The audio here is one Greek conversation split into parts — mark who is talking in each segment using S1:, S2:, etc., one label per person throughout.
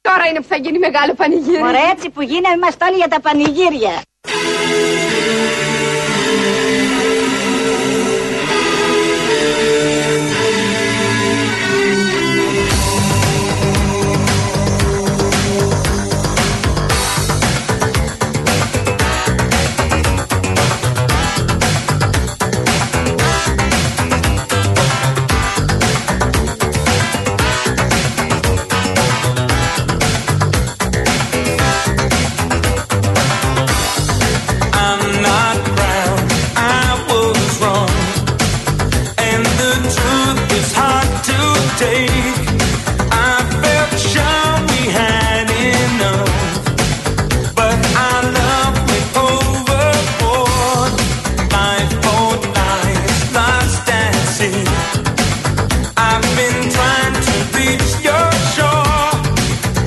S1: τώρα είναι που θα γίνει μεγάλο πανηγύρι.
S2: Ωραία, έτσι που γίναμε είμαστε όλοι για τα πανηγύρια.
S3: I'm not proud, I was wrong. And the truth is hard to take. I felt sure we had enough. But I love went overboard. Life for lies, lost at sea. I've been trying to reach your shore.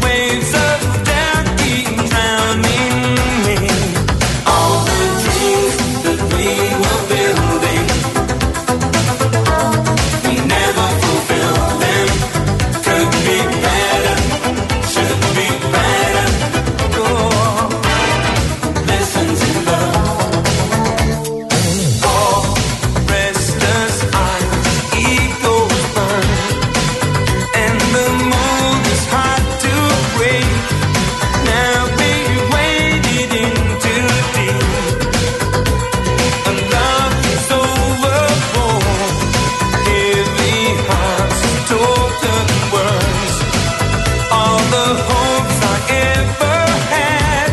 S3: Waves of doubt keep drowning me. All the dreams that we were building, we never fulfilled them. Could be better, should be better. Oh, lessons in love. Oh, restless eyes, eagles burn, and the mold is hard to break. Now we waded in too deep. And love is overboard. Heavy hearts, token words. All the hopes I ever had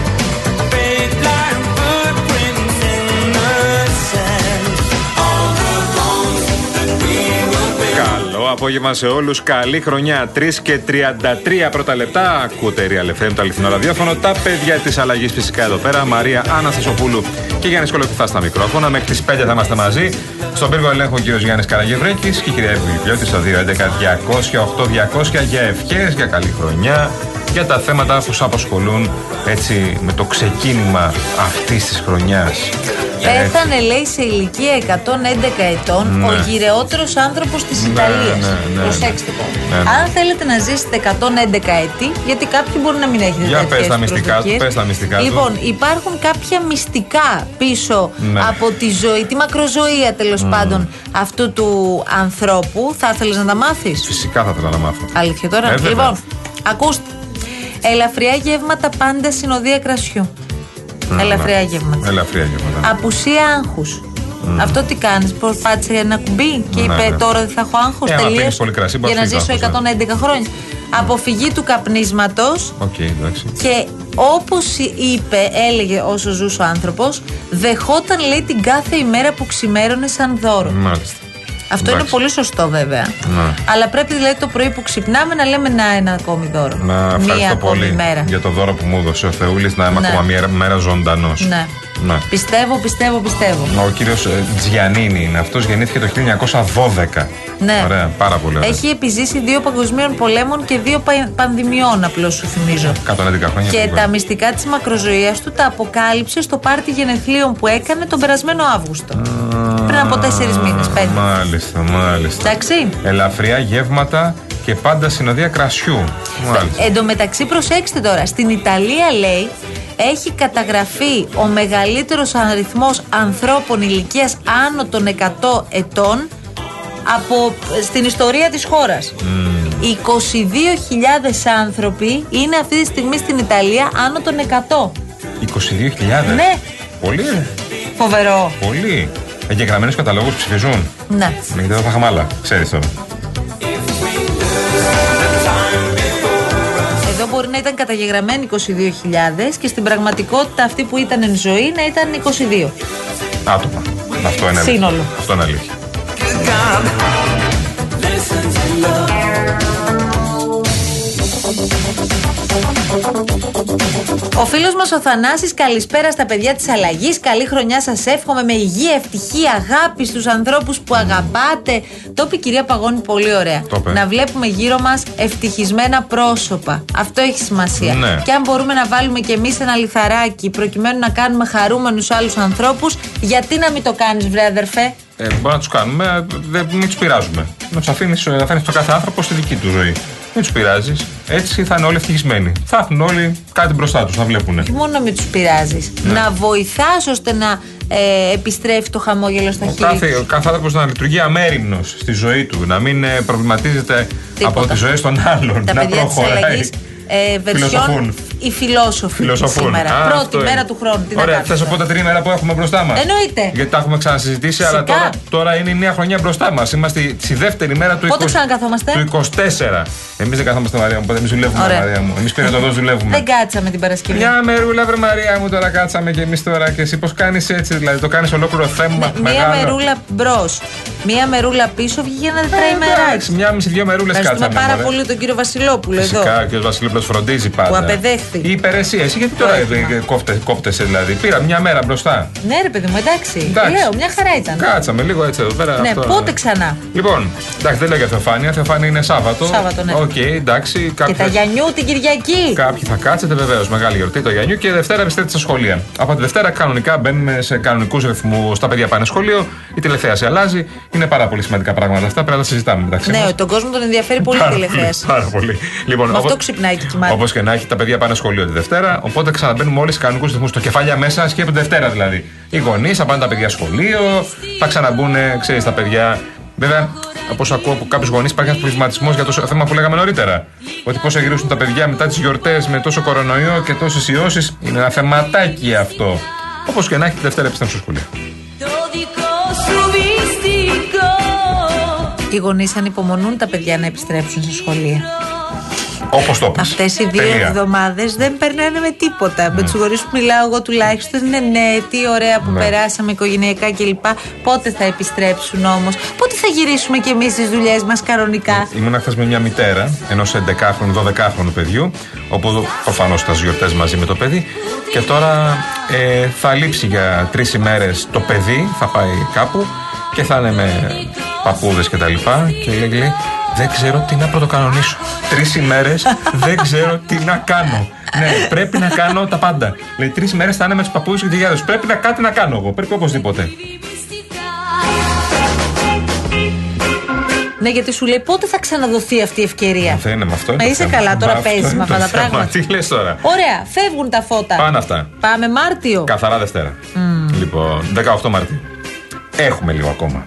S3: fade like footprints in the sand. All the bones that we were built.
S4: Καλό απόγευμα σε όλους. Καλή χρονιά. 3 και 33 πρώτα λεπτά. Ακούτε Real FM, το αληθινό ραδιόφωνο. Τα παιδιά της αλλαγής φυσικά εδώ πέρα. Μαρία Αναστασοπούλου και Γιάννης Κολοκυθάς στα μικρόφωνα. Μέχρι τις 5 θα είμαστε μαζί. Στον πύργο ελέγχου ο κύριος Γιάννης Καραγευρέκης και η κυρία Ευηλιώτη στο 211-200-8200 για ευχές, για καλή χρονιά. Για τα θέματα που σας απασχολούν έτσι με το ξεκίνημα αυτής της χρονιάς.
S5: Πέθανε, Ε, λέει, σε ηλικία 111 ετών
S4: Ναι.
S5: ο γυρεότερος άνθρωπος της
S4: Ναι,
S5: Ιταλίας.
S4: ναι, ναι, ναι.
S5: Προσέξτε το.
S4: Ναι, ναι.
S5: Αν θέλετε να ζήσετε 111 ετή, γιατί κάποιοι μπορεί να μην έχετε
S4: Για πες
S5: τέτοιες
S4: τα μυστικά τους,
S5: προσδοκίες.
S4: πες τα μυστικά τους.
S5: Λοιπόν, υπάρχουν κάποια μυστικά πίσω
S4: Ναι.
S5: από τη ζωή, τη μακροζωία τέλος πάντων αυτού του ανθρώπου. Θα ήθελες να τα μάθεις.
S4: Φυσικά θα ήθελα να μάθω.
S5: Αλήθεια τώρα.
S4: Ε, βέβαια.
S5: λοιπόν, ακούστε. Ελαφριά γεύματα πάντα συνοδεία κρασιού.
S4: Ναι,
S5: Ελαφριά
S4: ναι.
S5: γεύματα.
S4: Ελαφριά γεύματα. ναι.
S5: Απουσία άγχους. Αυτό τι κάνεις, πάτησε ένα κουμπί και
S4: Ναι,
S5: είπε
S4: ναι.
S5: τώρα δεν θα έχω άγχος.
S4: Ε, άμα
S5: τελείως,
S4: πίνεις πολύ κρασί,
S5: για
S4: μπορεί
S5: να
S4: να
S5: ζήσω
S4: έχεις
S5: 111
S4: άγχος, ναι.
S5: χρόνια. Αποφυγή του καπνίσματος
S4: Οκ, εντάξει.
S5: και όπως είπε, έλεγε όσο ζούσε ο άνθρωπος, δεχόταν λέει την κάθε ημέρα που ξημέρωνε σαν δώρο.
S4: Μάλιστα.
S5: Αυτό
S4: Εντάξει.
S5: είναι πολύ σωστό βέβαια.
S4: Ναι.
S5: Αλλά πρέπει δηλαδή το πρωί που ξυπνάμε να λέμε να ένα ακόμη δώρο.
S4: Να
S5: Μία
S4: ευχαριστώ
S5: ακόμη
S4: πολύ
S5: μέρα.
S4: για το δώρο που μου έδωσε ο Θεούλης να είμαι
S5: Ναι.
S4: ακόμα μία μέρα ζωντανός.
S5: Ναι. Πιστεύω, πιστεύω, πιστεύω.
S4: Ο κύριος Τζιανίνη είναι αυτός, γεννήθηκε το 1912.
S5: Ναι.
S4: Ωραία, πάρα πολύ ωραία.
S5: Έχει επιζήσει δύο παγκοσμίων πολέμων και δύο πα- πανδημιών, απλώς σου θυμίζω.
S4: 111 χρόνια.
S5: Και
S4: ακριβώς.
S5: τα μυστικά της μακροζωίας του τα αποκάλυψε στο πάρτι γενεθλίων που έκανε τον περασμένο Αύγουστο. Πριν από τέσσερις μήνες, πέντε.
S4: Μάλιστα, μάλιστα.
S5: Εντάξει.
S4: Ελαφριά γεύματα και πάντα συνοδεία κρασιού.
S5: Ε,
S4: Μάλιστα.
S5: Εν τω μεταξύ, προσέξτε τώρα, στην Ιταλία λέει έχει καταγραφεί ο μεγαλύτερος αριθμός ανθρώπων ηλικίας άνω των 100 ετών από, στην ιστορία της χώρας. 22.000 άνθρωποι είναι αυτή τη στιγμή στην Ιταλία άνω των 100.
S4: 22.000.
S5: Ναι.
S4: Πολύ, ε,
S5: Φοβερό.
S4: πολύ. Εγγεγραμμένους καταλόγους ψηφίζουν.
S5: Ναι.
S4: Γιατί εδώ θα είχαμε άλλα, ξέρεις τώρα.
S5: Εδώ μπορεί να ήταν καταγεγραμμένοι 22.000 και στην πραγματικότητα αυτοί που ήταν εν ζωή να ήταν 22.
S4: Άτομα. Αυτό είναι αλήθεια.
S5: Σύνολο.
S4: Αυτό είναι αλήθεια.
S5: Ο φίλος μας ο Θανάσης, καλησπέρα στα παιδιά της αλλαγής. Καλή χρονιά σας εύχομαι με υγεία, ευτυχία, αγάπη στους ανθρώπους που αγαπάτε. Το είπε η κυρία Παγώνη πολύ ωραία.
S4: Το είπε.
S5: να βλέπουμε γύρω μας ευτυχισμένα πρόσωπα. Αυτό έχει σημασία.
S4: Ναι.
S5: Και αν μπορούμε να βάλουμε κι εμείς ένα λιθαράκι προκειμένου να κάνουμε χαρούμενους άλλους ανθρώπους, γιατί να μην το κάνεις, βρε αδερφέ.
S4: Ε, μπορεί να τους κάνουμε, ε, δε, μην τους πειράζουμε. Να τους αφήνεις να αφήνεις τον κάθε άνθρωπο στη δική του ζωή. Μην τους πειράζεις. Έτσι θα είναι όλοι ευτυχισμένοι. Θα έχουν όλοι κάτι μπροστά τους, θα βλέπουν.
S5: Όχι μόνο να μην τους πειράζεις.
S4: Ναι.
S5: Να βοηθάς ώστε να ε, επιστρέφει το χαμόγελο στα
S4: Ο
S5: χείλη.
S4: κάθε, ο
S5: τους.
S4: κάθε άνθρωπο να λειτουργεί αμέριμνος στη ζωή του, να μην ε, προβληματίζεται
S5: Τίποτα.
S4: από τις ζωές των άλλων.
S5: Τα
S4: να
S5: παιδιά της αλλαγής. Ε,
S4: Φιλοσοφούν.
S5: βερσιόν οι φιλόσοφοι
S4: Φιλοσοφούν.
S5: σήμερα.
S4: Α,
S5: Πρώτη
S4: αυτό είναι.
S5: μέρα του χρόνου. Τι να
S4: Ωραία,
S5: κάνεις
S4: θα σου πω
S5: τώρα.
S4: τα τρίμερα που έχουμε μπροστά μας.
S5: Εννοείται.
S4: Γιατί τα έχουμε ξανασυζητήσει, αλλά
S5: Φυσικά.
S4: τώρα, τώρα είναι η νέα χρονιά μπροστά μας. Είμαστε στη δεύτερη μέρα του
S5: Πότε
S4: 20
S5: ξανακαθόμαστε?
S4: Του 24. Εμείς δεν καθόμαστε, Μαρία μου. Πότε εμείς δουλεύουμε,
S5: Ωραία.
S4: Μαρία μου. Εμείς εδώ δουλεύουμε.
S5: Δεν κάτσαμε την Παρασκευή.
S4: Μια μερούλα, βρε Μαρία μου, τώρα κάτσαμε και εμείς τώρα. Και εσύ πώς κάνεις έτσι, δηλαδή το κάνεις ολόκληρο θέμα.
S5: Ναι, Μία
S4: μεγάλο.
S5: μερούλα μπρος, μία μερούλα πίσω βγήκε ένα
S4: Ε, Εντάξει,
S5: τετραημεράκι.
S4: μια μισή-δυο μερούλε κάτσαμε.
S5: Ευχαριστούμε πάρα
S4: μωρέ.
S5: πολύ τον κύριο Βασιλόπουλο εδώ.
S4: Φυσικά και ο Βασιλόπουλος φροντίζει πάντα.
S5: Που απεδέχθη.
S4: Οι υπηρεσίες, γιατί τώρα
S5: Το έθιμα.
S4: ε, κόπτε- κόπτεσαι δηλαδή. Πήρα μια μέρα μπροστά.
S5: Ναι, ρε παιδί μου, εντάξει.
S4: Εντάξει.
S5: Λέω, μια χαρά ήταν.
S4: Κάτσαμε λίγο έτσι εδώ πέρα.
S5: Ναι,
S4: αυτό.
S5: πότε ξανά.
S4: Λοιπόν, εντάξει, δεν λέω για Θεοφάνεια. Θεοφάνεια είναι Σάββατο.
S5: Σάββατο, ναι.
S4: Οκ, εντάξει.
S5: Και
S4: Κάποιοι,
S5: τα Γιαννιού την Κυριακή.
S4: κάποιοι θα κάτσετε βεβαίως. Μεγάλη γιορτή το Γιάννιου και Δευτέρα επιστρέφετε στα σχολεία. Από τη Δευτέρα κανονικά μπαίνουμε σε κανονικούς ρυθμούς. Τα παιδιά πάνε σχολείο, η τηλεθέαση αλλάζει. Είναι πάρα πολύ σημαντικά πράγματα αυτά. Πρέπει να τα συζητάμε μεταξύ μας.
S5: Ναι, τον κόσμο τον ενδιαφέρει πολύ η
S4: Πάρα πολύ,
S5: τηλεθέαση.
S4: Πάρα πολύ. Λοιπόν,
S5: Με αυτό ξυπνάει και κοιμάται.
S4: Όπως και να έχει, τα παιδιά πάνε σχολείο τη Δευτέρα. Οπότε ξαναμπαίνουμε όλοι στου κανονικούς ρυθμούς. Το κεφάλια μέσα σκέφτονται Δευτέρα δηλαδή. Οι γονείς θα πάνε τα παιδιά σχολείο, θα ξαναμπούν, ξέρεις, τα παιδιά. Βέβαια, όπω ακούω από κάποιους γονείς, υπάρχει ένας προβληματισμός για το θέμα που λέγαμε νωρίτερα. Ότι πώς θα γυρίσουν τα παιδιά μετά τις γιορτές με τόσο κορονοϊό και τόσες ιώσεις. Είναι ένα θεματάκι αυτό. Όπως και να έχει, τη Δευτέρα επιστρέφουν στο σχολείο.
S6: Το δικό σου μυστικό
S5: Οι γονείς ανυπομονούν τα παιδιά να επιστρέψουν στα σχολεία.
S4: Όπως το πες.
S5: Αυτές οι δύο
S4: Τελεία.
S5: εβδομάδες δεν περνάνε με τίποτα. Με τους γονείς που μιλάω εγώ τουλάχιστον είναι ναι, τι ωραία που
S4: Ναι.
S5: περάσαμε οικογενειακά κλπ. Πότε θα επιστρέψουν όμως, πότε θα γυρίσουμε κι εμείς στις δουλειές μας κανονικά.
S4: Ήμουν χθες με μια μητέρα ενός 11χρονου, 12χρονου παιδιού, όπου προφανώ ήταν στι γιορτές μαζί με το παιδί. Και τώρα ε, θα λείψει για τρεις ημέρες το παιδί, θα πάει κάπου και θα είναι με παππούδες και τα λοιπά. Και λέει, λέει, Δεν ξέρω τι να πρωτοκανονίσω. Τρεις ημέρες δεν ξέρω τι να κάνω. Ναι, πρέπει να κάνω τα πάντα. Λέει, τρεις ημέρες θα είναι με τους παππούδε και τη γιαγιά τους. Πρέπει να κάτι να κάνω εγώ. Πρέπει οπωσδήποτε.
S5: Ναι, γιατί σου λέει πότε θα ξαναδοθεί αυτή η ευκαιρία.
S4: Δεν είναι με αυτό.
S5: Μα
S4: είναι το
S5: είσαι
S4: θέμα.
S5: καλά, τώρα
S4: αυτό
S5: παίζεις
S4: είναι
S5: με
S4: το
S5: αυτά τα
S4: θέμα.
S5: πράγματα.
S4: Τι λες τώρα.
S5: Ωραία, φεύγουν τα φώτα.
S4: Πάνε αυτά.
S5: Πάμε Μάρτιο.
S4: Καθαρά Δευτέρα.
S5: Mm.
S4: Λοιπόν, 18 Μαρτίου. Έχουμε λίγο ακόμα.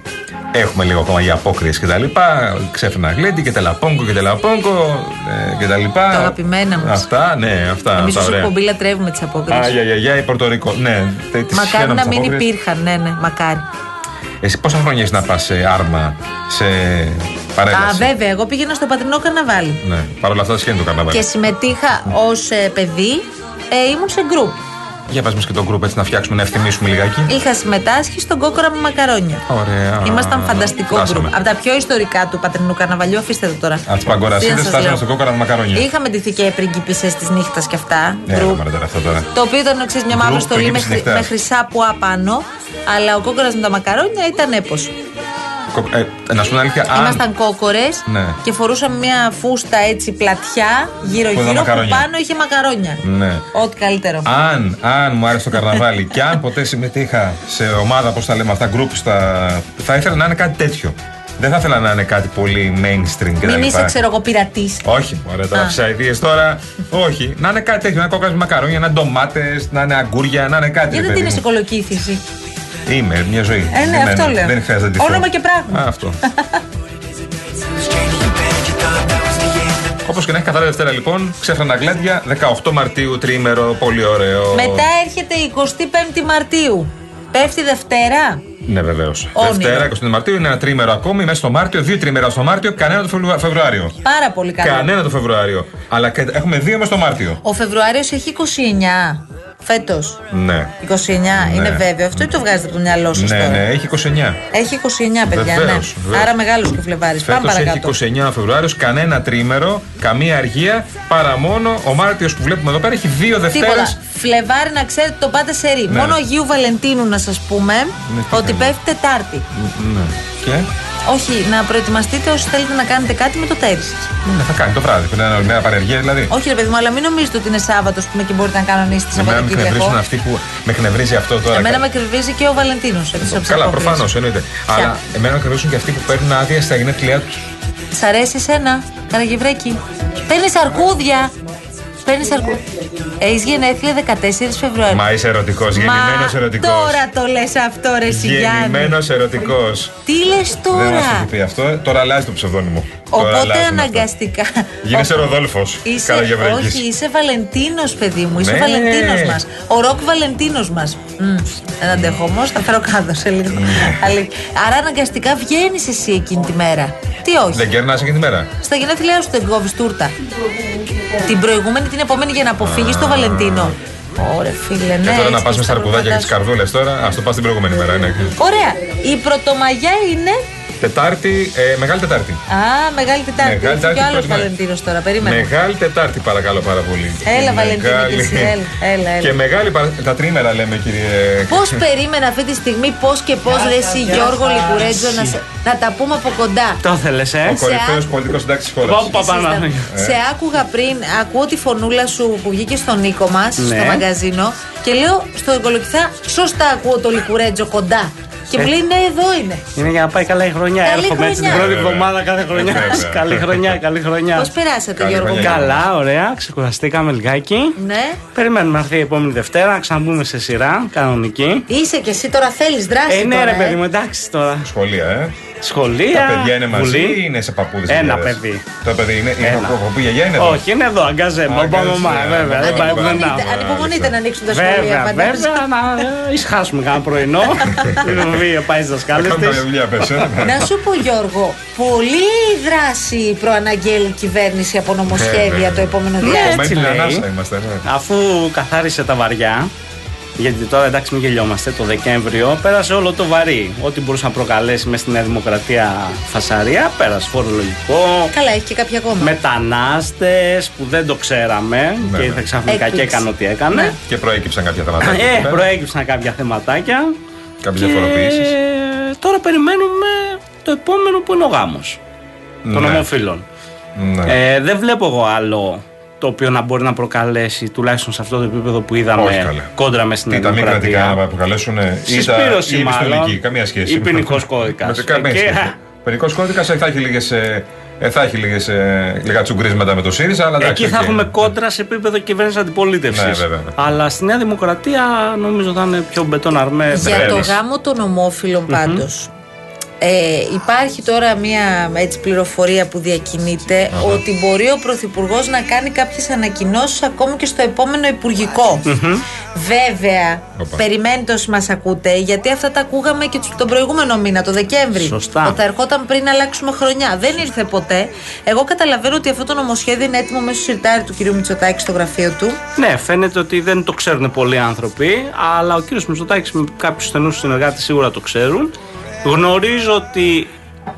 S4: Έχουμε λίγο ακόμα για απόκριες και τα λοιπά. Ξέφυνα γλέντι και τελαπόγκο και τελαπόγκο ε, και τα λοιπά.
S5: Τα αγαπημένα μας.
S4: Αυτά, ναι, αυτά.
S5: Εμεί
S4: τα
S5: ω
S4: ωραία.
S5: εκπομπή λατρεύουμε τις απόκρισει.
S4: Άγια, για, για, η Πορτορικό. Ναι, τε- τις
S5: Μακάρι
S4: χαίρομαι
S5: να
S4: τις
S5: μην
S4: απόκριες.
S5: υπήρχαν, ναι, ναι, μακάρι.
S4: Εσύ πόσα χρόνια έχεις να πας σε άρμα, σε παρέλαση.
S5: Α, βέβαια, εγώ πήγαινα στο πατρινό καρναβάλι.
S4: Ναι, παρ' όλα αυτά σχένει το καρναβάλι.
S5: Και συμμετείχα ως παιδί, ε, ήμουν σε γκρουπ.
S4: Για πα μας και τον γκρουπ έτσι να φτιάξουμε, να ευθυμίσουμε λιγάκι.
S5: Είχα συμμετάσχει στον κόκορα με μακαρόνια.
S4: Ωραία.
S5: Ήμασταν φανταστικό
S4: Φτάσαμε.
S5: γκρουπ. Από τα πιο ιστορικά του πατρινού καρναβαλιού, αφήστε το τώρα.
S4: Από τι παγκορασίδε
S5: Τι να σας
S4: φτάσαμε
S5: λέω.
S4: στο κόκορα με μακαρόνια.
S5: Είχαμε ντυθεί και πριγκίπισσε τη νύχτα και αυτά.
S4: Ναι,
S5: γκρουπ.
S4: μάρα, τώρα, αυτό τώρα.
S5: Το οποίο ήταν ξέρεις, μια μαύρη
S4: Γκρουπ,
S5: στολή με,
S4: πριγκίπισσες
S5: χρυ-
S4: νυχτάς.
S5: με χρυσά πουά πάνω. Αλλά ο κόκορας με τα μακαρόνια ήταν έπος.
S4: Κο- ε, να σου πω την αλήθεια, αν.
S5: Ήμασταν κόκορες
S4: Ναι.
S5: και φορούσαμε μια φούστα έτσι πλατιά
S4: Που
S5: γύρω-γύρω
S4: ήταν
S5: που
S4: μακαρόνια.
S5: πάνω είχε μακαρόνια.
S4: Ναι.
S5: Ό,τι καλύτερο.
S4: Αν, αν μου άρεσε το καρναβάλι και αν ποτέ συμμετείχα σε ομάδα, πώς τα λέμε αυτά, group, στα... θα ήθελα να είναι κάτι τέτοιο. Δεν θα ήθελα να είναι κάτι πολύ mainstream κτλ.
S5: Μην είσαι, ξέρω εγώ, πειρατής.
S4: Όχι, ωραία, τώρα
S5: Α.
S4: ψαιδίε τώρα. Όχι. Να είναι κάτι τέτοιο. Να κόκκινε με μακαρόνια, να είναι ντομάτες, να είναι αγκούρια, να είναι κάτι.
S5: Γιατί
S4: ρε
S5: δεν
S4: παιδί
S5: είναι
S4: μου.
S5: κολοκύθηση.
S4: Είμαι, μια ζωή.
S5: Ε, ναι,
S4: Δεν-
S5: αυτό λέω.
S4: Δεν χρειάζεται ντυθώ.
S5: Όνομα και πράγμα.
S4: Α, Αυτό. Όπως και να έχει, καθαρά Δευτέρα λοιπόν, ξέφρανα γλέντια, 18 Μαρτίου, τρίμερο, πολύ ωραίο.
S5: Μετά έρχεται η 25η Μαρτίου. Πέφτει Δευτέρα.
S4: Ναι, βεβαίως.
S5: Όνειρο.
S4: Δευτέρα, 25 Μαρτίου, είναι ένα τρίμερο ακόμη, μέσα στο Μάρτιο, δύο τρίμερα στο Μάρτιο, κανένα το Φεβρου- Φεβρουάριο.
S5: Πάρα πολύ καλό.
S4: Κανένα το Φεβρουάριο. Αλλά κα- έχουμε δύο μέσα στο Μάρτιο.
S5: Ο Φεβρουάριος έχει 29 φέτος.
S4: Ναι.
S5: 29 είναι βέβαιο. Αυτό ή το βγάζετε από το μυαλό σας
S4: Ναι,
S5: τώρα.
S4: ναι, έχει 29.
S5: Έχει 29, παιδιά,
S4: Βεβαίως,
S5: ναι.
S4: βεβαίως.
S5: Άρα μεγάλο και ο Φλεβάρη. Πάμε
S4: Φέτος έχει
S5: παρακάτω.
S4: 29 Φεβρουάριος, κανένα τρίμερο, καμία αργία, παρά μόνο ο Μάρτιος που βλέπουμε εδώ πέρα έχει δύο Δευτέρε.
S5: Τίποτα. Φλεβάρι να ξέρετε το πάτε σε ρί.
S4: Ναι.
S5: Μόνο Αγίου Βαλεντίνου να σας πούμε
S4: τι
S5: ότι
S4: κάνει.
S5: πέφτει Τετάρτη.
S4: Ναι. Και.
S5: Όχι, να προετοιμαστείτε όσοι θέλετε να κάνετε κάτι με το τέρι σας.
S4: Ναι, θα κάνει το βράδυ. Πρέπει να είναι όλη μέρα παρεργία δηλαδή.
S5: Όχι, ρε παιδί μου, αλλά μην νομίζετε ότι είναι Σάββατος που και μπορείτε να κανονίσετε
S4: Εμένα με εκνευρίζουν
S5: Σαββατοκύριακο.
S4: αυτοί που με εκνευρίζει αυτό τώρα.
S5: Εμένα με κρυβίζει και ο Βαλεντίνος.
S4: Καλά, προφανώς εννοείται.
S5: Ποια?
S4: Αλλά εμένα με εκνευρίζουν και αυτοί που παίρνουν άδεια στα γενέθλιά τους.
S5: Σ' αρέσει εσένα, Καραγευρέκη. Παίρνεις αρκούδια. Παίρνεις αρκούδια. Έχεις γενέθλια 14 Φεβρουαρίου.
S4: Μα είσαι ερωτικός, γεννημένο
S5: Ε, Μα
S4: ερωτικός.
S5: Τώρα το λες αυτό, ρε Σιγιάννη.
S4: Γεννημένος ερωτικός.
S5: Τι λες
S4: Δεν μας το έχει
S5: τώρα.
S4: πει αυτό. Τώρα αλλάζει το ψευδόνιμο. Τώρα
S5: Οπότε
S4: αλλάζουμε
S5: αναγκαστικά.
S4: αυτό. Γίνεσαι
S5: Ο-
S4: Ροδόλφος.
S5: Είσαι,
S4: Καραγευρέκη.
S5: όχι, είσαι Βαλεντίνος, παιδί μου. Είσαι
S4: Ναι.
S5: ναι. Βαλεντίνος μας. Ο ροκ Βαλεντίνος μας. Δεν αντέχω όμω, θα φέρω κάτω σε λίγο.
S4: Ναι.
S5: Αλή- Άρα αναγκαστικά βγαίνεις εσύ εκείνη τη μέρα. Τι όχι.
S4: Δεν κέρνα εκείνη τη μέρα.
S5: Στα γενέθλιά σου δεν κόβεις τούρτα. Την προηγούμενη, την επόμενη για να αποφύγεις το Βαλεντίνο. Ωραία, φίλε, ναι.
S4: Και τώρα να
S5: έτσι
S4: πας με στα αρκουδάκια και τις
S5: προβληματά σου.
S4: καρδούλες τώρα. Ας το πας την προηγούμενη μέρα. ναι.
S5: Ωραία. Η πρωτομαγιά είναι.
S4: Τετάρτη, ε, μεγάλη Τετάρτη.
S5: Α, Μεγάλη Τετάρτη.
S4: Μεγάλη
S5: Ήρθε Και ο άλλο
S4: πρώτη μέρα.
S5: Βαλεντίνος τώρα, περίμενε.
S4: Μεγάλη Τετάρτη, παρακαλώ πάρα πολύ.
S5: Έλα, Βαλεντίνε, και εσύ, έλα, έλα, έλα.
S4: Και μεγάλη. παρα- Τα τρίμερα λέμε, κύριε.
S5: Πώς περίμενα αυτή τη στιγμή, πώς και πώς, Ρε εσύ, Γιώργο Λικουρέτζο, να, σε- να τα πούμε από κοντά.
S7: Το θέλες, ε.
S4: Ο κορυφαίο πολιτικός συντάκτης της χώρας.
S7: Πω, πω, Παναγία.
S5: Σε άκουγα πριν, ακούω τη φωνούλα σου που βγήκε στον Νίκο μας,
S7: Ναι.
S5: στο μαγκαζίνο, και λέω στο εγκολοκυθά, σωστά ακούω το Λικουρέτζο κοντά. Και μου λέει, Ναι, εδώ είναι.
S7: Είναι για να πάει καλά η χρονιά.
S5: Καλή
S7: Έρχομαι έτσι την
S5: χρονιά.
S7: πρώτη
S4: Βέβαια.
S7: εβδομάδα κάθε χρονιά.
S4: Βέβαια.
S7: καλή χρονιά, καλή χρονιά.
S5: Πώς περάσατε,
S4: Καλή
S5: Γιώργο μου.
S4: χρονιά.
S7: Καλά, ωραία, ξεκουραστήκαμε λιγάκι.
S5: Ναι.
S7: Περιμένουμε να έρθει η επόμενη Δευτέρα, να ξαναμπούμε σε σειρά, κανονική.
S5: Είσαι και εσύ τώρα θέλεις δράση.
S7: Ε, ναι,
S5: τώρα,
S7: ρε παιδί μου, εντάξει τώρα.
S4: Σχολεία, ε.
S7: Σχολεία.
S4: Τα παιδιά είναι μαζί
S7: βουλή.
S4: ή είναι σε παππούδες.
S7: Ένα παιδί.
S4: Το παιδί είναι. είναι
S7: Ένα.
S4: Ο γιαγιά είναι εδώ. ε, ναι,
S7: Όχι, είναι εδώ, αγκαζέ. Μπαμπά,
S4: Αγκαζέ,
S7: μαμά, βέβαια. Δεν πάει
S4: αγκαζέ.
S7: πουθενά.
S5: Ανυπομονείτε, Ε, ανυπομονείτε να ανοίξουν τα σχολεία,
S7: Βέβαια,
S5: φαντάζομαι.
S7: βέβαια, να ε, ησυχάσουμε κανένα πρωινό. Λίγο βίαιο πάει στι
S4: Θα
S7: δασκάλε
S4: κάνουμε
S7: της.
S4: καμιά δουλειά, πες, ε.
S5: Να σου πω Γιώργο, πολύ δράση προαναγγέλει η κυβέρνηση από νομοσχέδια
S4: Βέβαια.
S5: το επόμενο
S7: Ναι.
S5: διάστημα.
S4: Κομμένη
S7: έτσι λέει.
S4: ανάσα είμαστε, ναι.
S7: Αφού καθάρισε τα βαριά, γιατί τώρα εντάξει μην γελιόμαστε, το Δεκέμβριο πέρασε όλο το βαρύ. Ό,τι μπορούσε να προκαλέσει μέσα στη Νέα Δημοκρατία φασαρία, πέρασε φορολογικό,
S5: Καλά, έχει και κάποια ακόμα.
S7: μετανάστες που δεν το ξέραμε
S4: Ναι,
S7: και
S4: ναι.
S7: ήρθε ξαφνικά και
S5: Έκπληξη. Ναι.
S7: έκανε ό,τι έκανε.
S4: Και προέκυψαν κάποια θέματα.
S7: Ε, προέκυψαν κάποια θεματάκια.
S4: Κάποιες
S7: και
S4: διαφοροποιήσεις.
S7: Τώρα περιμένουμε το επόμενο που είναι ο γάμος των
S4: Ναι.
S7: ομοφύλων.
S4: Ναι.
S7: Ε, δεν βλέπω εγώ άλλο το οποίο να μπορεί να προκαλέσει τουλάχιστον σε αυτό το επίπεδο που
S4: Όχι
S7: είδαμε
S4: καλά.
S7: κόντρα μες στην
S4: Τι τα μη κρατικά να
S7: Ναι, Δημοκρατία.
S4: προκαλέσουν
S7: Συσπήρωση μάλλον.
S4: Καμία σχέση.
S7: Ή ποινικός κώδικας.
S4: Με το- καμία
S7: Και-
S4: σχέση. Ποινικός κώδικας θα έχει λίγες. θα έχει λίγες, ε, λίγα τσουγκρίσματα με το ΣΥΡΙΖΑ, αλλά εντάξει.
S7: Εκεί θα
S4: οκ.
S7: έχουμε κόντρα σε επίπεδο κυβέρνηση αντιπολίτευσης.
S4: Ναι, βέβαια.
S7: Αλλά στη Νέα Δημοκρατία νομίζω θα είναι πιο μπετόν αρμέ.
S5: Για το
S4: Μπράβο.
S5: γάμο των ομόφυλων πάντως, Ε, υπάρχει τώρα μια έτσι, πληροφορία που διακινείται ότι μπορεί ο Πρωθυπουργός να κάνει κάποιες ανακοινώσεις ακόμη και στο επόμενο υπουργικό. Βέβαια,
S4: Οπα.
S5: περιμένετε όσοι μας ακούτε, γιατί αυτά τα ακούγαμε και τους- τον προηγούμενο μήνα, το Δεκέμβρη.
S7: Σωστά.
S5: Όταν ερχόταν πριν να αλλάξουμε χρονιά. Δεν ήρθε ποτέ. Εγώ καταλαβαίνω ότι αυτό το νομοσχέδιο είναι έτοιμο μέσω σιρτάρι του κυρίου Μητσοτάκη στο γραφείο του.
S7: Ναι, φαίνεται ότι δεν το ξέρουν πολλοί άνθρωποι, αλλά ο κύριος Μητσοτάκης με κάποιου στενούς συνεργάτες σίγουρα το ξέρουν. Γνωρίζω ότι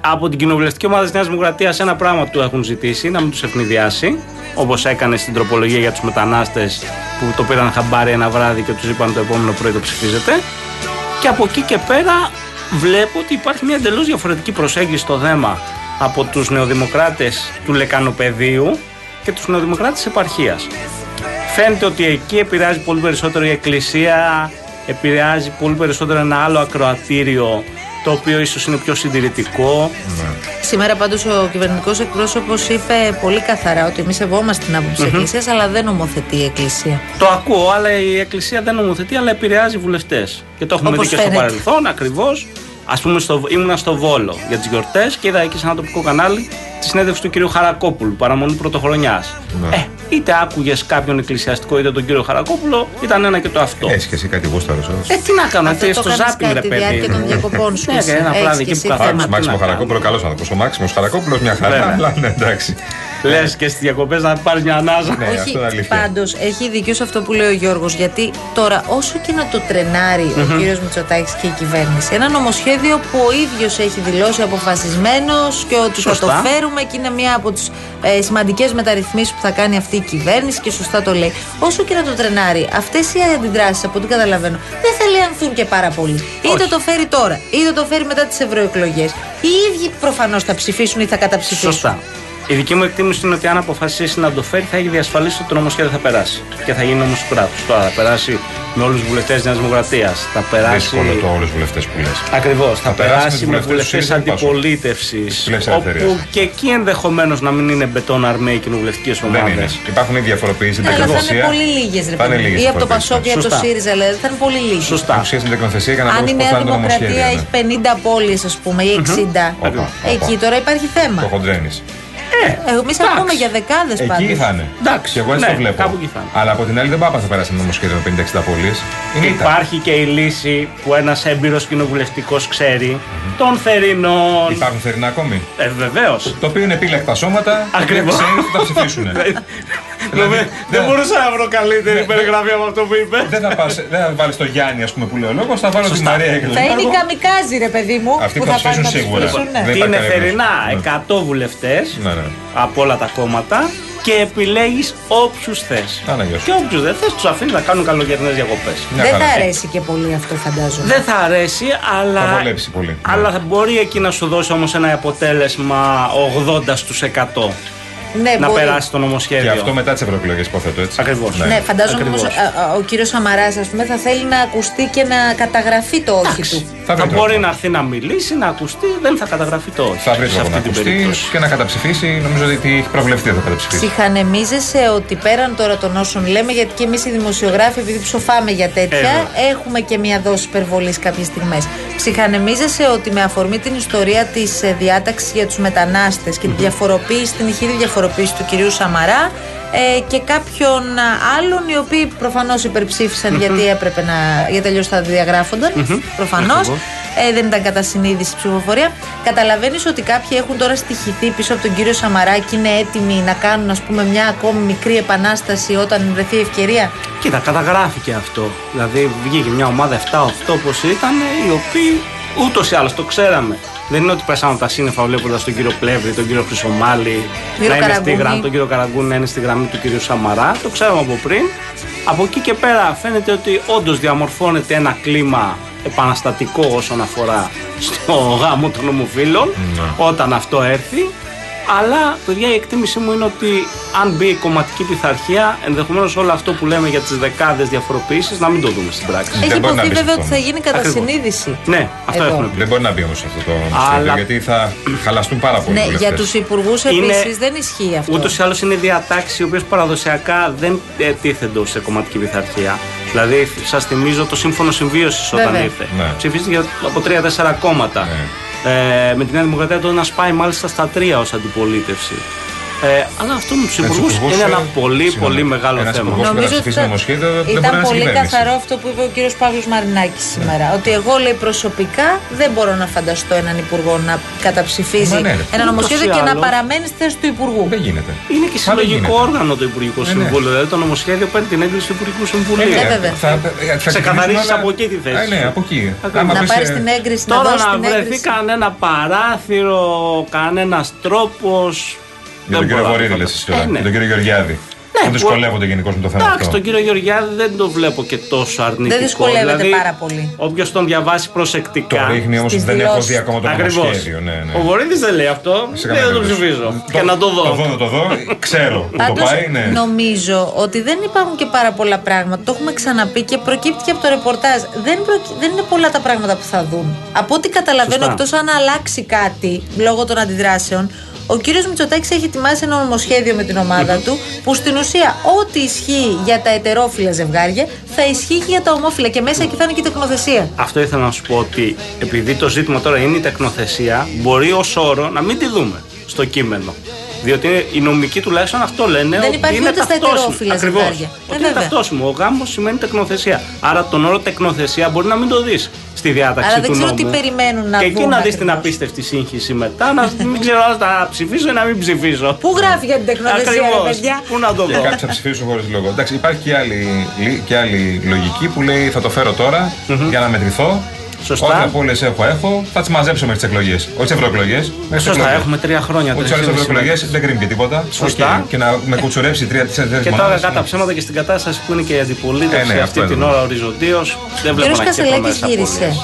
S7: από την κοινοβουλευτική ομάδα της Νέας Δημοκρατίας ένα πράγμα του έχουν ζητήσει, να μην τους ευνηδιάσει, όπως έκανε στην τροπολογία για τους μετανάστες που το πήραν χαμπάρι ένα βράδυ και τους είπαν το επόμενο πρωί το ψηφίζετε. Και από εκεί και πέρα βλέπω ότι υπάρχει μια εντελώς διαφορετική προσέγγιση στο θέμα από τους νεοδημοκράτες του Λεκανοπεδίου και τους νεοδημοκράτες επαρχίας. Φαίνεται ότι εκεί επηρεάζει πολύ περισσότερο η εκκλησία, επηρεάζει πολύ περισσότερο ένα άλλο ακροατήριο το οποίο ίσως είναι πιο συντηρητικό.
S4: Ναι.
S5: Σήμερα πάντως ο κυβερνητικός εκπρόσωπος είπε πολύ καθαρά ότι εμείς σεβόμαστε την άποψη της Εκκλησίας αλλά δεν νομοθετεί η Εκκλησία.
S7: Το ακούω, αλλά η εκκλησία δεν νομοθετεί, αλλά επηρεάζει βουλευτές. Και το έχουμε
S5: Όπως
S7: δει και στο
S5: φαίνεται.
S7: παρελθόν ακριβώς. Ας πούμε, στο, ήμουνα στο Βόλο για τις γιορτές και είδα εκεί σε ένα τοπικό κανάλι τη συνέντευξη του κυρίου Χαρακόπουλου, παραμονή πρωτοχρονιάς. Ε, είτε άκουγες κάποιον εκκλησιαστικό είτε τον κύριο Χαρακόπουλο, ήταν ένα και το αυτό.
S4: Έχεις και εσύ κάτι γούσταρο.
S7: Ε, τι να κάνω,
S5: Αυτό
S7: τι
S5: το
S7: στο
S5: κάνεις κατά
S7: ζάπινγκ, ρε
S5: τη
S7: παιδί.
S5: διάρκεια των διακοπών σου,
S7: Ναι, και ένα
S5: έχεις
S7: βράδυ
S5: και
S7: εκεί
S5: εσύ
S7: που καθόμαστε.
S5: θέμα.
S4: Μάξιμο
S7: να κάνω.
S4: Χαρακόπουλο, καλός άνθρωπος. Ο Μάξιμος Χαρακόπουλος μια χαρά,
S7: Βέβαια.
S4: αλλά ναι, εντάξει.
S7: Λες και στις διακοπές να πάρεις μια ανάζα.
S4: Ναι. αυτό είναι αλήθεια.
S5: πάντως έχει δίκιο σε αυτό που λέει ο Γιώργος γιατί τώρα όσο και να το τρεναρει ο κύριος Μητσοτάκης και η κυβέρνηση ένα νομοσχέδιο που ο ίδιος έχει δηλώσει αποφασισμένος και ότι θα το
S7: Σωστά.
S5: φέρουμε και είναι μια από τις ε, σημαντικές μεταρρυθμίσεις που θα κάνει αυτή η κυβέρνηση και σωστά το λέει όσο και να το τρενάρει αυτές οι αντιδράσεις από ό,τι καταλαβαίνω δεν θα λιανθούν και πάρα πολύ είτε
S7: Όχι.
S5: το φέρει τώρα είτε το φέρει μετά τις ευρωεκλογές οι ίδιοι προφανώς θα ψηφίσουν ή θα καταψηφίσουν
S7: Σωστά. Η δική μου εκτίμηση είναι ότι αν αποφασίσει να το φέρει, θα έχει διασφαλίσει ότι το νομοσχέδιο θα περάσει. Και θα γίνει όμως κράτο. Τώρα θα περάσει με όλους τους βουλευτές της Νέας Δημοκρατίας. Θα περάσει.
S4: Δύσκολο το όλους τους βουλευτές που λε.
S7: Ακριβώς. Θα,
S4: περάσει
S7: περάσει
S4: με
S7: με
S4: τους βουλευτές
S7: βουλευτέ
S4: του ΣΥΡΙΖΑ και
S7: αντιπολίτευση.
S4: Της Βουλής
S7: Όπου
S4: Ελευθερίας.
S7: και εκεί ενδεχομένως να μην είναι μπετόν αρμέοι οι κοινοβουλευτικές
S4: Δεν είναι.
S7: ομάδες.
S4: Υπάρχουν διαφοροποιήσεις στην
S5: Ναι, αλλά θα είναι
S4: τεκνοθεσία.
S5: πολύ λίγες ρε
S4: Θα είναι
S5: παιδί μου.
S4: λίγες
S5: Ή από το
S4: διαφοροποιήσεις.
S5: Πασόκ ή από το
S7: Σωστά.
S5: ΣΥΡΙΖΑ, δηλαδή θα είναι πολύ λίγες.
S7: Σωστά.
S4: Ουσία στην τεκνοθεσία για να
S5: Αν η
S4: δούμε πώ θα
S5: Νέα
S4: είναι το νομοσχέδιο. ναι.
S5: Δημοκρατία έχει 50 πόλεις, ας πούμε, ή 60.
S4: Όπα,
S5: Εκεί
S4: όπα.
S5: τώρα υπάρχει
S4: ναι. Το
S5: θέμα.
S4: χοντρένει.
S5: Εμεί ακούμε για δεκάδες
S4: Εκεί
S5: πάντως.
S4: θα είναι.
S7: Εντάξει,
S4: Και εγώ έτσι
S7: ναι,
S4: το βλέπω.
S7: κάπου εκεί θα είναι.
S4: Αλλά από την άλλη δεν πάμε θα περάσει ένα νομοσχέδιο με 50-60 πόλει. Είναι ήττα.
S7: Υπάρχει και η λύση που ένας έμπειρος κοινοβουλευτικός ξέρει των θερινών.
S4: Υπάρχουν θερινά ακόμη.
S7: Ε, βεβαίως.
S4: Το οποίο είναι επίλεκτα σώματα.
S7: Ακριβώς.
S4: Δεν ξέρει ότι θα ψηφίσουν.
S7: Δεν
S4: ναι.
S7: μπορούσα να βρω καλύτερη περιγραφή από αυτό που είπε.
S4: δεν θα, πας, δεν θα βάλεις το Γιάννη, ας πούμε, που λέει ο λόγος, θα βάλω τη
S7: Σωστά.
S4: Μαρία και τον
S5: Θα είναι οι
S4: Γιώργο.
S5: καμικάζι, ρε παιδί μου,
S4: Αυτοί
S5: που
S4: θα
S5: θα πάνε
S4: ψηφίσουν
S5: να
S4: σίγουρα. Λοιπόν,
S5: ψηφίσουν. ναι.
S4: Δεν
S7: Τι
S4: υπάρχει
S7: είναι
S4: κανένας.
S7: θερινά,
S4: Ναι.
S7: 100 βουλευτές
S4: Ναι, ναι.
S7: από όλα τα κόμματα και επιλέγεις όποιους θες.
S4: Άναγιος.
S7: Και όποιους δεν θες, τους αφήνεις να κάνουν καλοκαιρινέ διακοπές.
S4: Μια
S5: Δεν
S4: χαρά.
S5: θα αρέσει και πολύ αυτό, φαντάζομαι.
S7: Δεν θα αρέσει, αλλά.
S4: Θα βολέψει πολύ. Ναι.
S7: Αλλά θα μπορεί εκεί να σου δώσει όμως ένα αποτέλεσμα 80 στους 100
S5: Ναι,
S7: να
S5: μπορεί.
S7: περάσει το
S4: Και
S7: νομοσχέδιο.
S4: αυτό μετά τις ευρωεκλογές, υποθέτω έτσι.
S7: Ακριβώς.
S5: Ναι, φαντάζομαι όμως
S7: Ακριβώς.
S5: ο κύριος Σαμαράς, ας πούμε, θα θέλει να ακουστεί και να καταγραφεί το όχι του.
S4: Θα
S7: Θα,
S4: βρει τρόπο.
S7: μπορεί να έρθει να μιλήσει, να ακουστεί, δεν θα καταγραφεί το όχι.
S4: Θα βρει
S7: σε
S4: τρόπο να
S7: αυτή την
S4: ακουστεί
S7: περίπτωση.
S4: και να καταψηφίσει. Νομίζω ότι τι έχει προβλεφθεί θα καταψηφίσει.
S5: Ψυχανεμίζεσαι ότι πέραν τώρα των όσων λέμε, γιατί και εμείς οι δημοσιογράφοι, επειδή ψοφάμε για τέτοια,
S7: Ε,
S5: έχουμε και μια δόση υπερβολής κάποιες στιγμές. Ψυχανεμίζεσαι ότι με αφορμή την ιστορία της διάταξης για τους μετανάστες και τη διαφοροποίηση, την ηχή διαφοροποίηση του κυρίου Σαμαρά ε, και κάποιων α, άλλων οι οποίοι προφανώς υπερψήφισαν γιατί έπρεπε να. γιατί αλλιώς θα διαγράφονταν. Προφανώς.
S7: Ακριβώς.
S5: Ε, δεν ήταν κατά συνείδηση η ψηφοφορία. Καταλαβαίνεις ότι κάποιοι έχουν τώρα στοιχηθεί πίσω από τον κύριο Σαμαρά και είναι έτοιμοι να κάνουν, ας πούμε, μια ακόμη μικρή επανάσταση όταν βρεθεί η ευκαιρία.
S7: Κοίτα, καταγράφει και αυτό. Δηλαδή, βγήκε μια ομάδα 7-8 όπως ήταν, οι οποίοι ούτως ή άλλως το ξέραμε. Δεν είναι ότι πέσαμε τα σύννεφα βλέποντας τον κύριο Πλεύρη, τον κύριο Χρυσομάλη,
S5: Κύριο
S7: να είναι στη
S5: Καραγκούνη.
S7: γραμμή, τον κύριο Καραγκούνη να είναι στη γραμμή του κύριου Σαμαρά. Το ξέραμε από πριν. Από εκεί και πέρα φαίνεται ότι όντως διαμορφώνεται ένα κλίμα επαναστατικό όσον αφορά στο γάμο των ομοφύλων όταν αυτό έρθει. Αλλά, παιδιά, η εκτίμησή μου είναι ότι αν μπει η κομματική πειθαρχία, ενδεχομένως όλο αυτό που λέμε για τις δεκάδες διαφοροποιήσεις να μην το δούμε στην πράξη.
S5: Έχει
S4: μπορεί να
S5: υποθεί
S4: μπει σε
S5: βέβαια
S4: αυτό. ναι.
S5: ότι θα γίνει κατά
S7: Ακριβώς.
S5: συνείδηση.
S7: Ναι, αυτό
S5: Εδώ.
S7: έχουμε πει.
S4: Δεν μπορεί να μπει όμως αυτό το νομοσχέδιο
S7: Αλλά-
S4: γιατί θα χαλαστούν πάρα πολύ.
S5: Ναι,
S4: οι
S5: για
S4: βουλευτές.
S5: τους υπουργούς
S7: Είναι-
S5: επίσης δεν ισχύει αυτό.
S7: Ούτως ή άλλως είναι διατάξεις οι οποίες παραδοσιακά δεν ε, τίθενται σε κομματική πειθαρχία. Δηλαδή, σας θυμίζω το σύμφωνο συμβίωσης όταν
S5: Βέβαια.
S7: ήρθε.
S4: Ναι.
S7: Ψηφίστηκε από τρία-τέσσερα κόμματα. Ε, με την Νέα Δημοκρατία τότε να σπάει μάλιστα στα τρία ως αντιπολίτευση. Ε, αλλά αυτό με
S4: Με
S7: του
S4: τους
S7: υπουργού
S4: υπουργούς,
S7: είναι ένα
S4: ε,
S7: πολύ
S4: συγγνώμη,
S7: πολύ μεγάλο
S4: ένας
S7: θέμα.
S4: υπουργός- Όπως καταψηφίσει
S5: ήταν-
S4: νομοσχέδιο, δεν μπορεί να Ναι.
S5: ήταν
S4: είναι
S5: πολύ
S4: κυβέρνηση.
S5: καθαρό αυτό που είπε ο κύριος Παύλος Μαρινάκης σήμερα. Ότι εγώ λέει προσωπικά δεν μπορώ να φανταστώ έναν υπουργό να καταψηφίζει
S4: Μα ναι, ρε.
S5: ένα νομοσχέδιο
S7: Ούτως ή
S5: και να
S7: άλλο.
S5: παραμένει στη θέση του υπουργού.
S4: Δεν γίνεται.
S7: Είναι και
S4: Μα δεν
S7: συλλογικό
S4: γίνεται.
S7: όργανο το Υπουργικό
S4: ναι.
S7: Συμβούλιο. Δηλαδή το νομοσχέδιο παίρνει την έγκριση του Υπουργικού
S4: Ναι,
S7: Συμβουλίου.
S4: ναι,
S5: Ε, βέβαια.
S4: θα- θα ξεκινήσουμε
S7: καθαρίσεις
S4: όλα-
S7: από εκεί τη θέση
S4: Ε, Ναι,
S7: σου.
S4: από εκεί.
S7: Ακριβώς.
S4: Άμα
S5: Να
S4: πεις,
S5: πάρεις
S4: ε,
S5: την έγκριση, να
S7: Τώρα
S5: δώσεις
S7: να
S5: την
S7: βρεθεί
S5: έγκριση.
S7: κανένα παράθυρο, κανένας τρόπος.
S4: Για
S7: Ε,
S4: τον κύριο
S7: ναι.
S4: Βορύδη, λες εσύ τώρα. Για τον κύριο Γεωργιάδη. Που
S7: που-
S4: δυσκολεύονται γενικώς με το θέμα
S7: Ε, ναι. Εντάξει,
S4: αυτό.
S7: τον κύριο Γεωργιάδη δεν το βλέπω και τόσο αρνητικό.
S5: Δεν δυσκολεύεται πάρα πολύ.
S7: Όποιος τον διαβάσει
S4: Το
S7: προσεκτικά.
S4: ρίχνει όμως
S5: στις
S4: δεν έχω
S5: δηλώσεις.
S4: δει ακόμα το
S7: Ακριβώς.
S4: νομοσχέδιο. Ναι, ναι.
S7: Ο Βορύδης δεν λέει αυτό.
S4: Σε
S7: δεν
S4: καμία
S7: το
S4: περίπτωση.
S7: ψηφίζω. Και να το
S4: Το
S7: δω.
S4: δω, να το δω. Ξέρω. Πού το
S5: Πάντως,
S4: πάει, ναι.
S5: νομίζω ότι δεν υπάρχουν και πάρα πολλά πράγματα. Το έχουμε ξαναπεί και προκύπτει και από το ρεπορτάζ. Δεν, προκ- δεν είναι πολλά τα πράγματα που θα δουν. Από ό,τι καταλαβαίνω,
S7: Σωστά.
S5: εκτός αν αλλάξει κάτι λόγω των αντιδράσεων, ο κύριος Μητσοτάκης έχει ετοιμάσει ένα νομοσχέδιο με την ομάδα του που στην ουσία ό,τι ισχύει για τα ετερόφιλα ζευγάρια θα ισχύει και για τα ομόφυλα. Και μέσα εκεί θα είναι και η τεκνοθεσία.
S7: Αυτό ήθελα να σου πω ότι επειδή το ζήτημα τώρα είναι η τεκνοθεσία, μπορεί ως όρο να μην τη δούμε στο κείμενο. Διότι είναι- οι νομικοί τουλάχιστον αυτό λένε.
S5: Δεν
S7: ότι
S5: υπάρχει
S7: είναι
S5: ούτε στα
S7: ταυτόσιμο.
S5: ετερόφιλα
S7: Ακριβώς.
S5: ζευγάρια. Ε,
S7: Ότι είναι
S5: βέβαια.
S7: ταυτόσιμο. Ο γάμος σημαίνει τεκνοθεσία. Άρα τον όρο τεκνοθεσία μπορεί να μην το δεις στη διάταξη
S5: Άρα
S7: του
S5: δεν ξέρω
S7: νόμου.
S5: τι περιμένουν να
S7: Και εκεί
S5: δουν
S7: να δεις την
S5: ακριβώς.
S7: απίστευτη σύγχυση μετά, να μην ξέρω αν θα ψηφίσω ή να μην ψηφίσω.
S5: Πού γράφει για την τεκνοθεσία,
S7: Ακριβώς.
S5: ρε παιδιά.
S7: Πού να το
S4: Και
S7: δω.
S4: κάποιοι θα ψηφίσουν χωρίς λόγο. Εντάξει, υπάρχει και άλλη, λι- και άλλη λογική που λέει θα το φέρω τώρα για να μετρηθώ.
S7: Σωστά.
S4: Ό,τι απόλυε έχω, έχω. Θα τις μαζέψω μέχρι τις εκλογές. Όχι τις ευρωεκλογές.
S7: Σωστά, έχουμε τρία χρόνια
S4: Ούτε
S7: τρεις
S4: τι άλλε
S7: ή μισή
S4: ευρωεκλογέ δεν κρίνει και τίποτα.
S7: Σωστά.
S4: Οκ. Και να με κουτσουρέψει τρία-τέσσερι
S7: Και τώρα κατά ψέματα και στην κατάσταση που είναι και η
S4: Ε, ναι,
S7: αντιπολίτευση
S4: αυτό
S7: αυτή την
S4: είναι.
S7: ώρα οριζοντίως. Δεν
S5: Ο
S7: βλέπω
S5: κύριο
S7: να έχει ακόμα
S5: Κασελάκη
S7: μέσα
S5: γύρισε.
S7: απολύες.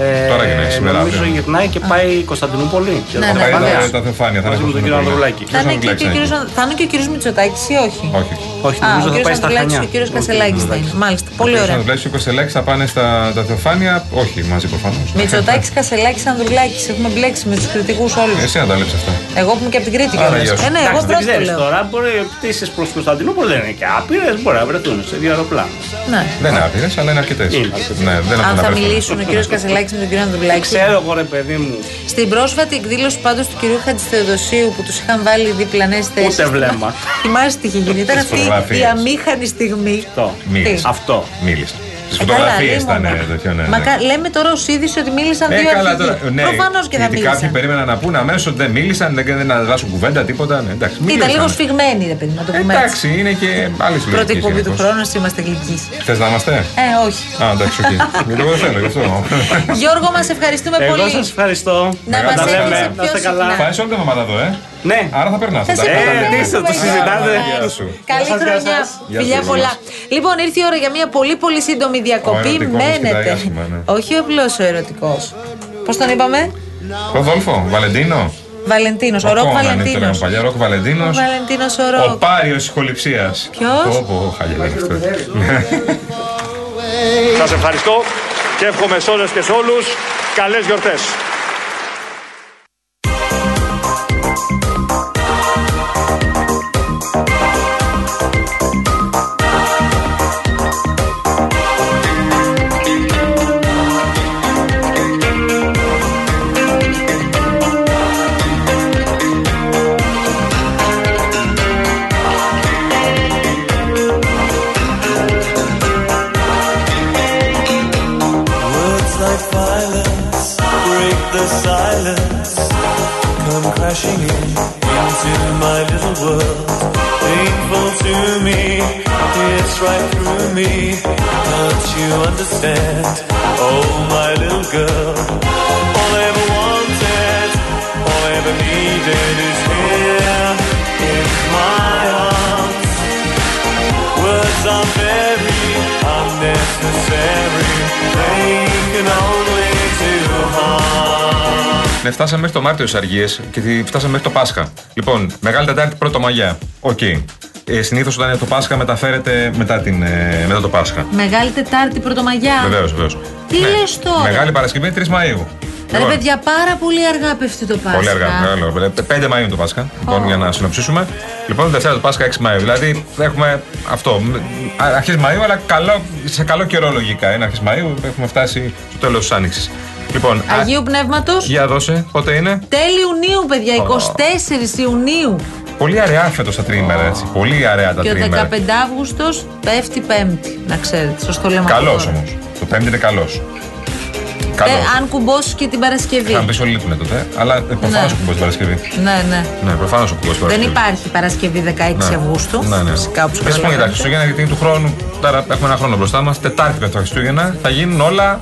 S7: Ε,
S4: Τώρα γυρνάει σήμερα,
S7: Νομίζω
S4: αύριο.
S7: γυρνάει και πάει η Κωνσταντινούπολη.
S5: Ναι,
S7: Θα
S5: ναι,
S7: τα
S5: ναι.
S7: πάνε
S5: Πάει
S7: έτσι.
S4: τα Θεοφάνεια, θα
S7: Μαζί
S4: είναι
S7: με τον κύριο
S4: Κωνσταντινούπολη.
S7: Ανδρουλάκη.
S5: Θα
S4: Ποιος
S5: είναι
S4: θα
S5: και, και ο
S4: μιλάξει,
S5: κύριος, θα είναι και ο κύριος Μητσοτάκης ή όχι.
S4: Όχι.
S7: Όχι,
S5: Α,
S7: νομίζω
S5: ο
S7: θα πάει
S5: κύριος
S7: στα
S5: Ανδρουλάκης
S7: Χανιά.
S5: και ο κύριος Κασελάκης θα είναι. Μάλιστα, πολύ
S4: Ο
S5: ωραία.
S4: Ανδρουλάκης και ο Κοσελάκης θα πάνε στα τα Θεοφάνεια. Όχι, μαζί προφανώς.
S5: Μητσοτάκης, Κασελάκης, Ανδρουλάκης. Έχουμε μπλέξει με τους κριτικούς όλους.
S4: Εσύ να τα λέψει αυτά.
S5: Εγώ που είμαι και από την Κρήτη
S4: Άρα,
S5: κιόλας.
S4: γεια σου.
S5: Ε, ναι, εγώ
S7: Εντάξει, δεν
S5: πρώτο το
S7: ξέρεις
S5: λέω.
S7: τώρα, μπορεί οι πτήσεις προς Κωνσταντινούπολη δεν είναι και άπειρες, μπορεί να βρεθούν σε δύο αεροπλάνα.
S5: Ναι.
S4: Δεν είναι άπειρες, αλλά είναι αρκετές.
S7: Είναι.
S4: Ναι, δεν έχουν
S5: Αν
S4: να
S5: θα
S4: βρεθούν.
S5: μιλήσουν ο κύριος Κασελάκης με τον κύριο Ανδρουλάκη.
S7: Ξέρω εγώ ρε παιδί μου,
S5: Στην πρόσφατη εκδήλωση πάντως του κυρίου Χατζηθεοδοσίου που τους είχαν βάλει διπλανέ θέσεις.
S7: βλέμμα.
S5: Θυμάστε τι είχε γίνει. Ήταν
S4: Τις
S5: αυτή η
S4: φωτογραφίες. Ε,
S5: αμήχανη στιγμή.
S7: αυτό.
S4: Μίλησε.
S5: Τι.
S7: Αυτό.
S4: Μίλησε. Τις
S5: Ε, καλά,
S4: φωτογραφίε
S5: λίμωνα.
S4: ήταν ε, τέτοιο, ναι.
S5: Μα
S4: ναι.
S5: κα- λέμε τώρα ως είδηση ότι μίλησαν
S4: Ε,
S5: δύο
S4: καλά
S5: αρχηγοί.
S4: τώρα. Ναι,
S5: Προφανώς και θα
S4: γιατί κάποιοι
S5: μίλησαν.
S4: περίμεναν να πούνε αμέσως ότι δεν μίλησαν, δεν, δεν αλλάσουν κουβέντα, τίποτα. Ναι, εντάξει,
S5: Ήταν
S4: μίλησαν.
S5: λίγο σφιγμένοι, ρε παιδί, να το
S4: Ε,
S5: πούμε έτσι.
S4: Εντάξει, είναι Ναι, και άλλη
S5: Πρώτη εκπομπή του
S4: Θες
S5: χρόνου, ας είμαστε γλυκοί.
S4: Θες να είμαστε.
S5: Ε, όχι.
S4: Α, εντάξει, οκ. Γιατί εγώ δεν θέλω, γι' αυτό.
S5: Γιώργο, μας ευχαριστούμε
S7: Εγώ
S5: πολύ.
S7: σας ευχαριστώ.
S5: Να
S4: μας
S7: Τα λέμε.
S5: έρθεις σε
S7: Να είστε
S5: πιο
S7: καλά.
S5: συχνά.
S4: Πάει όλη την εβδομάδα εδώ, ε.
S7: Ναι.
S4: Άρα θα περνάς.
S5: Θα σε
S7: Ε, τι
S5: παρακαλέσουμε,
S7: το συζητάτε.
S5: Γιώργο.
S4: Γεια σου.
S5: Καλή
S7: Γεια σας, γεια
S5: χρονιά.
S7: σας.
S4: Γεια
S5: Φιλιά
S4: σας,
S5: πολλά.
S4: γεια
S5: Λοιπόν, ήρθε η ώρα για μια πολύ πολύ σύντομη
S4: Ο
S5: διακοπή.
S4: ερωτικός μας κοιτάει
S5: Μένετε.
S4: άσχημα, ναι.
S5: Όχι απλώ ο ερωτικός. Πώς τον είπαμε,
S4: Ροδόλφο, Βαλεντίνο.
S5: Βαλεντίνος. Ο Ροκ
S4: Κόναν ήταν
S5: Βαλεντίνο.
S4: ο παλιά Ροκ Βαλεντίνος.
S5: Ο Βαλεντίνος ο
S4: Ο
S5: Ροκ.
S4: Πάριο τη χοληψία.
S5: Ποιος?
S4: Πω, πω, χαλιά είναι αυτό.
S8: Σας ευχαριστώ και εύχομαι σε όλες και σε όλους καλές γιορτές.
S9: Words like violence break the silence, come crashing in into my little world. Painful to me, it's right through me. Can't you understand? Oh, my little girl. All I ever wanted, all I ever needed is here in my arms. Words are very unnecessary. They can only do harm.
S4: Ναι, φτάσαμε μέχρι το Μάρτιο στις Αργίες και τη- φτάσαμε μέχρι το Πάσχα. Λοιπόν, Μεγάλη Τετάρτη, πρώτο Μαγιά. Οκ. Ε, Συνήθως όταν είναι το Πάσχα μεταφέρεται μετά, την, ε, μετά το Πάσχα.
S5: Μεγάλη Τετάρτη Πρωτομαγιά.
S4: Βεβαίως, βεβαίως.
S5: Τι λες τώρα?
S4: Μεγάλη Παρασκευή 3 Μαου.
S5: Ρε παιδιά, πάρα πολύ αργά πέφτει το Πάσχα.
S4: Λοιπόν. Πολύ αργά, ναι. μεγάλο. αργά. 5 Μαου είναι το Πάσχα, λοιπόν, για να συνοψίσουμε. Λοιπόν, Δευτέρα του Πάσχα 6 Μαου. Δηλαδή, έχουμε αυτό. Αρχέ Μαου, αλλά καλό, σε καλό καιρό λογικά. Είναι αρχές Μαου, έχουμε φτάσει στο τέλος της Άνοιξης. Λοιπόν, α-
S5: Αγίου Πνεύματος.
S4: για δώσε, πότε είναι.
S5: Τέλη Ιουνίου, παιδιά, 24 Ιουνίου.
S4: Πολύ αραιά φέτος τα τρίμερα, έτσι. Πολύ αραιά τα
S5: Και ο
S4: τρίμερα.
S5: 15 Αύγουστο πέφτει Πέμπτη. Να ξέρετε, σα το λέμε αυτό
S4: Καλό
S5: τώρα.
S4: όμως. Το πέμπτη είναι καλός.
S5: Ε,
S4: Καλό.
S5: αν κουμπώσεις και την Παρασκευή.
S4: Θα μου πει όλοι λείπουνε τότε, αλλά προφανώς
S5: Ναι.
S4: ναι. κουμπό την Παρασκευή.
S5: Ναι, ναι.
S4: Ναι, προφανώς ο κουμπό την
S5: Δεν
S4: Παρασκευή.
S5: υπάρχει Παρασκευή 16
S4: Ναι.
S5: Αυγούστου.
S4: Ναι, ναι.
S5: Φυσικά όπως
S4: Πες πούμε για τα Χριστούγεννα, γιατί του χρόνου, τώρα έχουμε ένα χρόνο μπροστά μας, Τετάρτη πέφτει τα Χριστούγεννα, θα γίνουν όλα,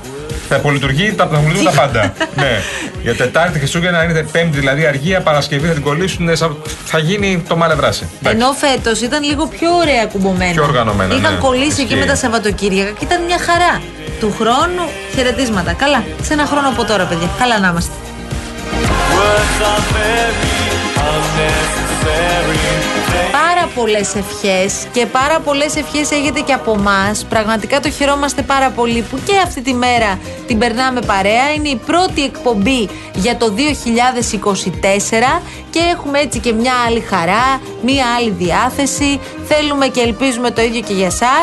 S4: θα υπολειτουργεί, τα θα λειτουργούν τα πάντα. ναι. Για Τετάρτη Χριστούγεννα είναι Πέμπτη, δηλαδή αργία, Παρασκευή θα την κολλήσουν, σα- θα γίνει το μαλευράσι. Εντάξει.
S5: Ενώ φέτος ήταν λίγο πιο ωραία κουμπωμένα.
S4: Πιο οργανωμένα,
S5: Είχαν
S4: ναι.
S5: κολλήσει εκεί
S4: Ισχύει.
S5: με τα Σαββατοκύριακα και ήταν μια χαρά. Του χρόνου χαιρετίσματα. Καλά. Σε ένα χρόνο από τώρα, παιδιά. Καλά να είμαστε.
S9: Words are very unnecessary. They
S5: Πάρα πολλές ευχές και πάρα πολλές ευχές έχετε και από εμά. Πραγματικά το χαιρόμαστε πάρα πολύ που και αυτή τη μέρα την περνάμε παρέα. Είναι η πρώτη εκπομπή για το 2024 και έχουμε έτσι και μια άλλη χαρά, μια άλλη διάθεση. Θέλουμε και ελπίζουμε το ίδιο και για εσά.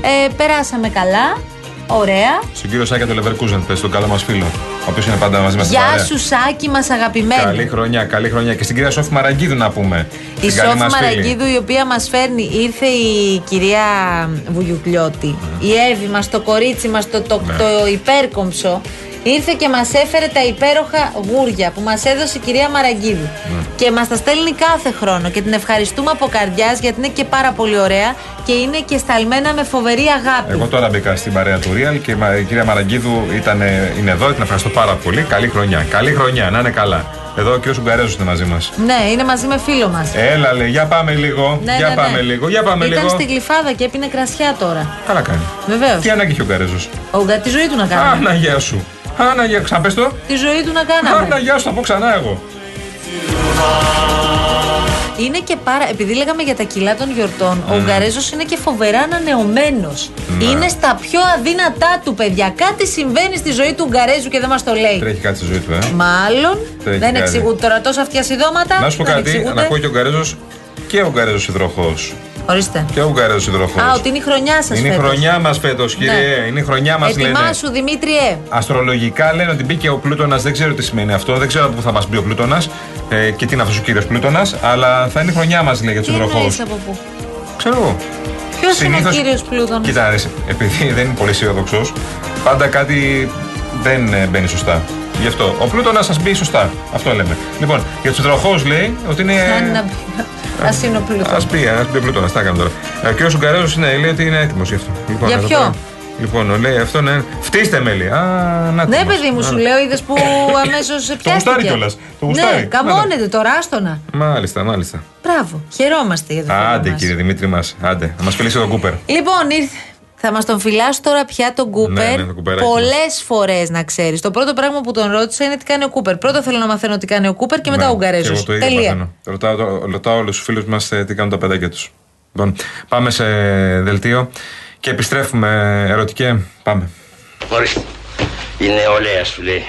S5: Ε, περάσαμε καλά. Ωραία.
S4: Στον κύριο Σάκια το Λεβερκούζεν, πες τον καλό μας φίλο, ο οποίος είναι πάντα μαζί μας.
S5: Γεια σου, Σάκη μας αγαπημένη.
S4: Καλή χρονιά, καλή χρονιά. Και στην κυρία Σόφη Μαραγκίδου να πούμε.
S5: Η
S4: την καλή
S5: Σόφη
S4: μας φίλη.
S5: Μαραγκίδου η οποία μας φέρνει Ήρθε η κυρία Βουγιουκλιώτη Η Εύη μας, το κορίτσι μας Το, το,
S4: Ναι.
S5: το υπέρκομψο Ήρθε και μας έφερε τα υπέροχα γούρια Που μας έδωσε η κυρία Μαραγκίδου
S4: Ναι.
S5: Και μας τα στέλνει κάθε χρόνο Και την ευχαριστούμε από καρδιάς Γιατί είναι και πάρα πολύ ωραία Και είναι και σταλμένα με φοβερή αγάπη
S4: Εγώ τώρα μπήκα στην παρέα του Real και η Μα- η κυρία Μαραγκίδου ήταν, ε, είναι εδώ. Την ευχαριστώ πάρα πολύ. Καλή χρονιά. Καλή χρονιά, να είναι καλά. Εδώ ο κύριος Ουγγαρέζος είναι μαζί μας.
S5: Ναι, είναι μαζί με φίλο μας
S4: Έλα, λέει, για πάμε λίγο.
S5: ναι,
S4: Ε, για
S5: ναι,
S4: πάμε
S5: ναι.
S4: λίγο. Για πάμε
S5: Ήταν
S4: λίγο.
S5: στην Γλυφάδα και έπινε κρασιά τώρα
S4: Καλά κάνει.
S5: Βεβαίως.
S4: Τι ανάγκη έχει ο Ουγγαρέζος.
S5: Ο Ουγγα- τη ζωή του να κάνει.
S4: Α, να γεια σου. Άναγε, ξαναπες το.
S5: Τη ζωή του να κάναμε.
S4: Άναγε, ας το πω ξανά εγώ.
S5: Είναι και πάρα. Επειδή λέγαμε για τα κιλά των γιορτών,
S4: Ναι.
S5: ο Ουγγαρέζος είναι και φοβερά ανανεωμένος. Είναι στα πιο αδύνατά του, παιδιά. Κάτι συμβαίνει στη ζωή του Ουγγαρέζου και δεν μας το λέει.
S4: Τρέχει κάτι στη ζωή
S5: Ναι,
S4: του, ε.
S5: Μάλλον
S4: Τρέχει
S5: δεν
S4: κάτι.
S5: εξηγούν τώρα τόσα αυτιά ειδώματα.
S4: Να σου πω
S5: δεν
S4: κάτι,
S5: εξηγούνται.
S4: να ακούει και ο Ουγγαρέζος και ο Ουγγαρέζος υδροχός.
S5: Ορίστε.
S4: Και ο Ουγγαρέζο υδροχό.
S5: Α, ότι είναι η χρονιά σας.
S4: Είναι η χρονιά μας φέτος, κύριε. Είναι η χρονιά μας, λένε.
S5: Ναι. Ετοιμάσου, Δημήτριε.
S4: Αστρολογικά λένε ότι μπήκε ο Πλούτονας, δεν ξέρω τι σημαίνει αυτό, δεν ξέρω πού θα μας μπει ο Πλούτονας ε, και τι είναι αυτός ο κύριος Πλούτονας, αλλά θα είναι η χρονιά μας, λέει, για τους
S5: Τι
S4: υδροχώου.
S5: εννοείς από πού.
S4: Ξέρω εγώ.
S5: Ποιος είναι ο
S4: Συνήθως-
S5: κύριος Πλούτων.
S4: Κοίτα, αρέσει. Επειδή δεν είναι πολύ αισιοδοξό, πάντα κάτι δεν ε, μπαίνει σωστά. Γι' αυτό. Ο Πλούτονας σα μπει σωστά. Αυτό λέμε. Λοιπόν, για τους υδροχώου λέει ότι είναι. ε,
S5: Α είναι ο Πλούτων.
S4: Ας πει, α πει ο Πλούτονα, τα έκανε τώρα. Ε, Ο κύριος Ουγγαρέζος ναι, λέει ότι είναι έτοιμος γι' αυτό. Λοιπόν,
S5: Για
S4: εδώ
S5: ποιο?
S4: πέρα. Λοιπόν, λέει αυτό ναι. Φτύστε με, λέει. Α, να
S5: Ναι,
S4: το μας.
S5: παιδί μου,
S4: Α.
S5: σου λέω, είδες που αμέσως πιάστηκε.
S4: ε, γουστάρει κιόλας. Το γουστάρει.
S5: Ναι, καμώνεται τώρα, άστονα.
S4: Μάλιστα, μάλιστα.
S5: Μπράβο, χαιρόμαστε για το φίλο
S4: Άντε,
S5: μας.
S4: κύριε Δημήτρη μας. Άντε, να μας φιλήσει τον Κούπερ.
S5: Λοιπόν, ήρθε. Θα μας τον φιλά τώρα πια τον Κούπερ.
S4: ναι, το κουπεράκι μας.
S5: Πολλές φορές να ξέρεις. Το πρώτο πράγμα που τον ρώτησα είναι τι κάνει ο Κούπερ. Πρώτο θέλω να μαθαίνω τι κάνει ο Κούπερ και μετά ο Ουγγαρέζο.
S4: Ναι, Εγώ το ίδιο
S5: Τελεία.
S4: παθαίνω. Ρωτάω, το- ρωτάω όλους τους φίλους μας ε, τι κάνουν τα παιδάκια τους. Λοιπόν, πάμε σε δελτίο και επιστρέφουμε. Ερωτικέ, πάμε.
S10: Ορίστε. Η νεολαία σου λέει.